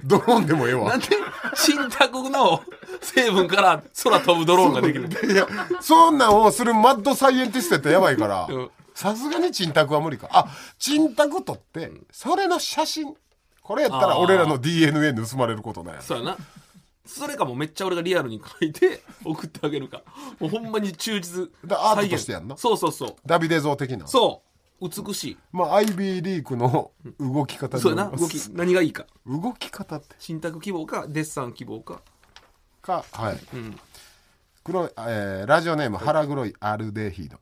Speaker 4: ドローンでもええわ。
Speaker 5: なんで、新宅の成分から空飛ぶドローンができる。
Speaker 4: いや、そんなんをするマッドサイエンティストやったらやばいから
Speaker 5: うん、
Speaker 4: さすがに沈託は無理か。あ、沈託取って、それの写真。これやったら俺らの DNA 盗まれることなんや。
Speaker 5: そうやな。それかもうめっちゃ俺がリアルに書いて送ってあげるか。もうほんまに忠実。
Speaker 4: だからアートとしてやんな
Speaker 5: 再現そうそうそう。
Speaker 4: ダビデ像的な。
Speaker 5: そう。美しい。
Speaker 4: まあ、アイビーリークの動き方で
Speaker 5: そうやな。動き、何がいいか。
Speaker 4: 動き方って
Speaker 5: 新宅希望か、デッサン希望か。
Speaker 4: か、はい。
Speaker 5: うん。
Speaker 4: 黒い、えーラジオネーム、腹黒いアルデヒド。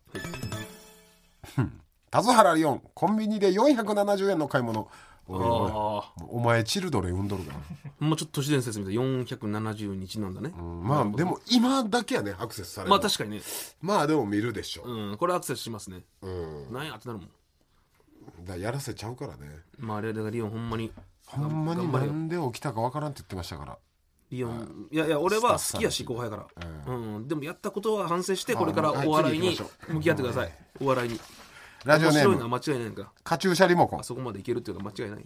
Speaker 4: 田津原リオン、コンビニで470円の買い物。おいおい
Speaker 5: ああ。
Speaker 4: お前チルドレン産んどるから。
Speaker 5: もうちょっと都市伝説みたいな470日なんだね、
Speaker 4: うんまあでも今だけやねアクセスされる
Speaker 5: ま
Speaker 4: の
Speaker 5: あ確かにね
Speaker 4: まあでも見るでしょ、
Speaker 5: うんこれアクセスしますね
Speaker 4: うん
Speaker 5: なんやってなるもん
Speaker 4: だからやらせちゃうからね
Speaker 5: まああれだがリオンほんまに
Speaker 4: ほんまに
Speaker 5: 頑張
Speaker 4: な
Speaker 5: れよ
Speaker 4: んで起きたかわからんって言ってましたから
Speaker 5: リオンいやいや俺は好きやし後輩やからうん、でもやったことは反省して
Speaker 4: あ
Speaker 5: これから
Speaker 4: はい
Speaker 5: お笑い
Speaker 4: 次
Speaker 5: に
Speaker 4: 行きましょう
Speaker 5: 向き合ってくださいお笑いに
Speaker 4: ラジオ
Speaker 5: 面
Speaker 4: ネー
Speaker 5: 白いのは
Speaker 4: ム
Speaker 5: 間違いないから
Speaker 4: カチューシャリモコン
Speaker 5: あそこまでいけるっていうのは間違いない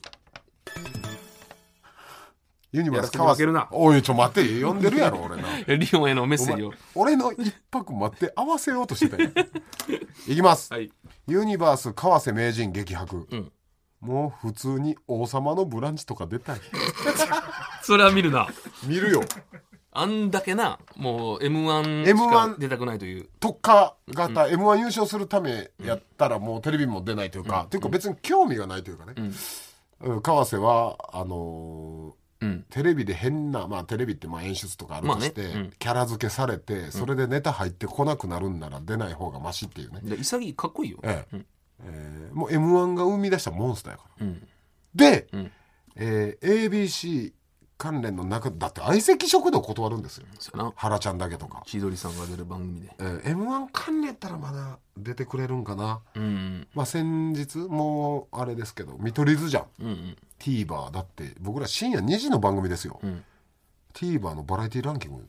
Speaker 4: ユニバース
Speaker 5: やら
Speaker 4: 川
Speaker 5: せて
Speaker 4: 瀬
Speaker 5: もらってるな
Speaker 4: おいちょ待てよ呼んでるやろ俺 な
Speaker 5: リオンへのメッ
Speaker 4: お
Speaker 5: セージを
Speaker 4: 前俺の一泊待って合わせようとして たよいきます、
Speaker 5: はい
Speaker 4: ユニバース川瀬名人激白、
Speaker 5: ん
Speaker 4: もう普通に「王様のブランチ」とか出たい
Speaker 5: それは見るな
Speaker 4: 見るよ
Speaker 5: あんだけなもう m 1しか
Speaker 4: M1
Speaker 5: 出たくないという
Speaker 4: 特化型 m 1優勝するためやったらもうテレビも出ないというか、というか別に興味がないというかね、うん川瀬はあのー
Speaker 5: うん
Speaker 4: テレビで変な、まあ、テレビってまあ演出とかあるとして、
Speaker 5: まあねうん
Speaker 4: キャラ付けされてそれでネタ入ってこなくなるんなら出ない方がマシっていうね、
Speaker 5: で潔いかっこいいよ、
Speaker 4: えええーもう m 1が生み出したモンスターやから
Speaker 5: うん、
Speaker 4: で、
Speaker 5: うん
Speaker 4: えー ABC 関連の中だって相席食堂断るんですよ
Speaker 5: そうやな
Speaker 4: 原ちゃんだけとか、
Speaker 5: 千鳥さんが出る番組で
Speaker 4: えー、m 1関連やったらまだ出てくれるんかな
Speaker 5: うん
Speaker 4: まあ、先日もうあれですけど見取り図じゃん
Speaker 5: うんうん
Speaker 4: TVer だって僕ら深夜2時の番組ですよ、
Speaker 5: ん
Speaker 4: TVer のバラエティランキング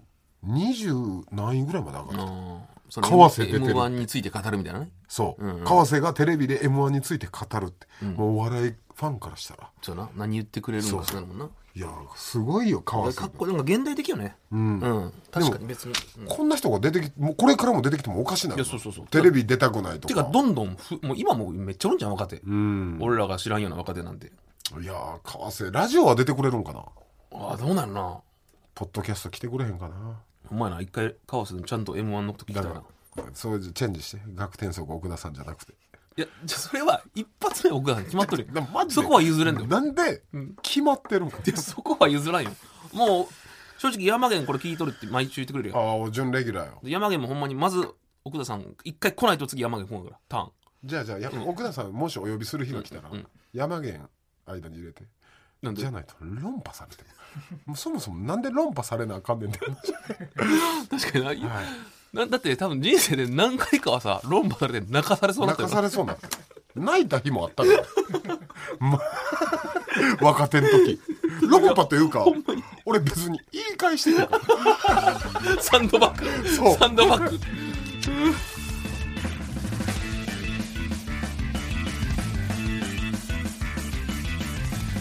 Speaker 4: 20何位ぐらいまで上がってた、
Speaker 5: あーそ
Speaker 4: 川瀬出てる
Speaker 5: M1 について語るみたいなね
Speaker 4: そう、
Speaker 5: うんうん
Speaker 4: 川瀬がテレビで m 1について語るって、もうお笑いファンからしたら
Speaker 5: そうやな何言ってくれるのかってなるもんない
Speaker 4: やすごいよ川瀬
Speaker 5: かっこいいなんか現代的よね
Speaker 4: うん
Speaker 5: うん確かに別にうん
Speaker 4: こんな人が出てきもうこれからも出てきてもおかしない
Speaker 5: いやそうそうそう
Speaker 4: テレビ出たくないと
Speaker 5: て
Speaker 4: か
Speaker 5: かどんどんふもう今もめっちゃおるんじゃん若手
Speaker 4: うん
Speaker 5: 俺らが知らんような若手なんて
Speaker 4: いやー川瀬ラジオは出てくれるんかな
Speaker 5: ああどうなるな
Speaker 4: ポッドキャスト来てくれへんかな
Speaker 5: お前な一回カオスにちゃんと M1 のこと聞きた
Speaker 4: だ
Speaker 5: い
Speaker 4: か
Speaker 5: な
Speaker 4: らそういうチェンジして学天則奥田さんじゃなくて
Speaker 5: いやじゃあそれは一発目奥田さん決まっとる
Speaker 4: で
Speaker 5: よ
Speaker 4: もマジで
Speaker 5: そこは譲れんだよ
Speaker 4: なんで決まってるの
Speaker 5: でそこは譲らんよもう正直山源これ聞いとるって毎週言ってくれるよ
Speaker 4: ああ準レギュラーよ
Speaker 5: で山源もほんまにまず奥田さん一回来ないと次山源来ないからターン
Speaker 4: じゃあじゃあや奥田さんもしお呼びする日が来たら、
Speaker 5: うんうん
Speaker 4: 山源間に入れて
Speaker 5: なんで
Speaker 4: じゃないと論破されてるもうそもそもなんで論破されなあかんねんって話
Speaker 5: 確 かにな、
Speaker 4: はい
Speaker 5: なだって多分人生で何回かはさ論破されて泣かされそうだった
Speaker 4: 泣
Speaker 5: よ
Speaker 4: かされ
Speaker 5: な
Speaker 4: そうになって泣いた日もあったから、ま、 若手の時論破というか俺別に言い返してるから
Speaker 5: サンドバッグ
Speaker 4: そう
Speaker 5: サンドバッグ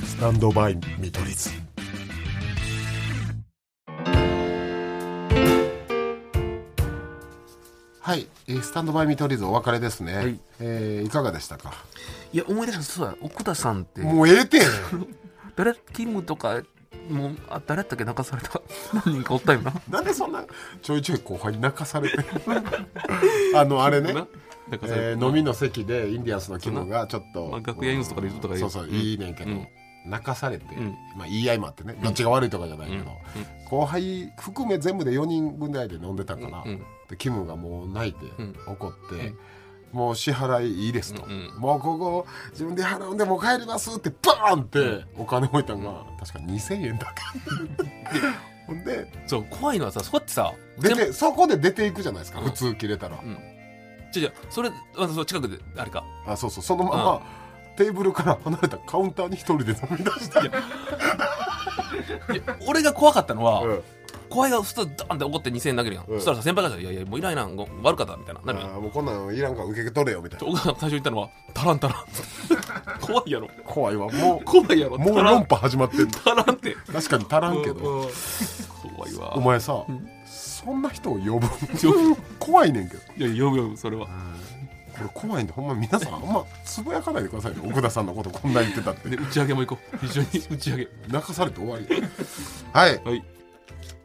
Speaker 4: スタンドバイ見取り図はい、えースタンドバイ見取り図お別れですね、
Speaker 5: い
Speaker 4: えーいかがでしたか
Speaker 5: いや思い出したそうだ奥田さんって
Speaker 4: もうええて
Speaker 5: 誰キムとかもうあ誰だったっけ泣かされた 何人かおったよな
Speaker 4: なんでそんなちょいちょい後輩に泣かされて あのあれね
Speaker 5: な泣かされ
Speaker 4: え
Speaker 5: た
Speaker 4: ー飲みの席でインディアンスのキムがちょっと、
Speaker 5: まあ楽屋演出とかで言うとったからいい
Speaker 4: そうそう、
Speaker 5: ようん
Speaker 4: いいねんけど、
Speaker 5: うん
Speaker 4: 泣かされて、
Speaker 5: ん
Speaker 4: まあ言い合いもあってねどっちが悪いとかじゃないけど、後輩含め全部で4人分ぐらいで飲んでたんかな、
Speaker 5: うんうん
Speaker 4: でキムがもう泣いて、
Speaker 5: ん
Speaker 4: 怒って、もう支払いいいですと、
Speaker 5: うんう
Speaker 4: もうここ自分で払うんでもう帰りますってバーンってお金置いたんが、確か2000円だ けほんで
Speaker 5: そう怖いのはさそこってさ
Speaker 4: 出
Speaker 5: 全部
Speaker 4: てそこで出ていくじゃないですか、普通切れたら、
Speaker 5: ちょちょそれあそう近くであれか
Speaker 4: あそうそうそのまま、テーブルから離れたカウンターに一人で飲み出して、
Speaker 5: 俺が怖かったのは、
Speaker 4: うん
Speaker 5: 後輩が普通ダーンって怒って2000円投げるやん、
Speaker 4: うん
Speaker 5: そしたらさ先輩が「いやいやもういらんいらんご悪かった」みたいななるやん
Speaker 4: あーもうこんなんいらんから受け取れよみたいな
Speaker 5: 僕が最初言ったのは「足らん足らん」 怖いやろ
Speaker 4: 怖いわも
Speaker 5: 怖いやろ
Speaker 4: うもう
Speaker 5: 足ら
Speaker 4: 論
Speaker 5: ん
Speaker 4: 破始まってんの
Speaker 5: 足らんって
Speaker 4: 確かに足らんけど
Speaker 5: うん怖いわ
Speaker 4: お前さそんな人を呼ぶ怖いねんけど
Speaker 5: いや呼ぶ呼ぶそれは
Speaker 4: これ怖いんでほんま皆さんあんまつぶやかないでくださいね奥田さんのことこんな言ってたって
Speaker 5: で打ち上げも行こう一緒に打ち上げ
Speaker 4: 泣かされて終わりはい
Speaker 5: はい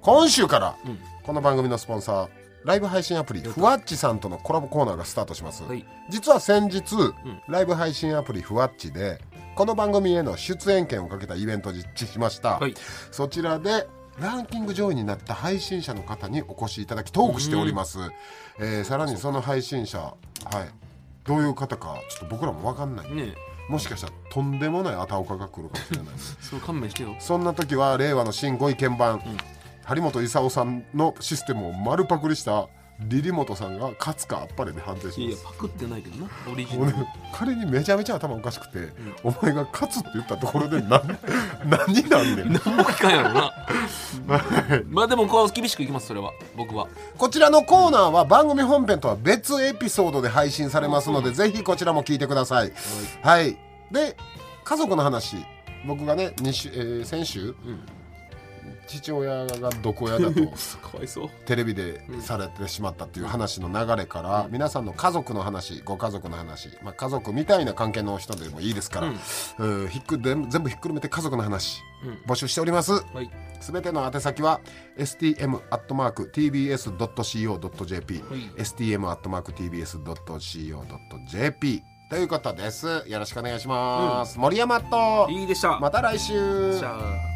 Speaker 4: 今週から
Speaker 5: ん
Speaker 4: この番組のスポンサーライブ配信アプリふわっちさんとのコラボコーナーがスタートします、
Speaker 5: はい
Speaker 4: 実は先日、
Speaker 5: ん
Speaker 4: ライブ配信アプリふわっちでこの番組への出演権をかけたイベントを実施しました、
Speaker 5: はい
Speaker 4: そちらでランキング上位になった配信者の方にお越しいただきトークしております、えーさらにその配信者、はい、どういう方かちょっと僕らも分かんない
Speaker 5: ねえ
Speaker 4: もしかしたらとんでもないあたおかが来るかも しれない
Speaker 5: そう勘弁してよ
Speaker 4: そんな時は令和の新語意見版、張本勲さんのシステムを丸パクリしたリリモトさんが勝つかあっぱれで判定し
Speaker 5: い
Speaker 4: ま
Speaker 5: やいや
Speaker 4: す。
Speaker 5: パクってないけどなオリジナ
Speaker 4: 俺
Speaker 5: ル
Speaker 4: 彼にめちゃめちゃ頭おかしくて、お前が勝つって言ったところで何 何なんねん
Speaker 5: 何も聞かんやろな まあでもこう厳しくいきますそれは僕は
Speaker 4: こちらのコーナーは番組本編とは別エピソードで配信されますので、ぜひこちらも聞いてください。はい、で家族の話僕がね二週、えー先週、
Speaker 5: ん
Speaker 4: 父親が毒親 だと。
Speaker 5: かわいそう
Speaker 4: テレビでされてしまったっていう話の流れから、皆さんの家族の話ご家族の話、まあ、家族みたいな関係の人でもいいですから、うんひっく全部全部ひっくるめて家族の話、募集しております。
Speaker 5: はい
Speaker 4: すべての宛先は stm.tbs.co.jp、stm.tbs.co.jp ということです。よろしくお願いします。森山と
Speaker 5: いいでした
Speaker 4: また来週。
Speaker 5: じゃあ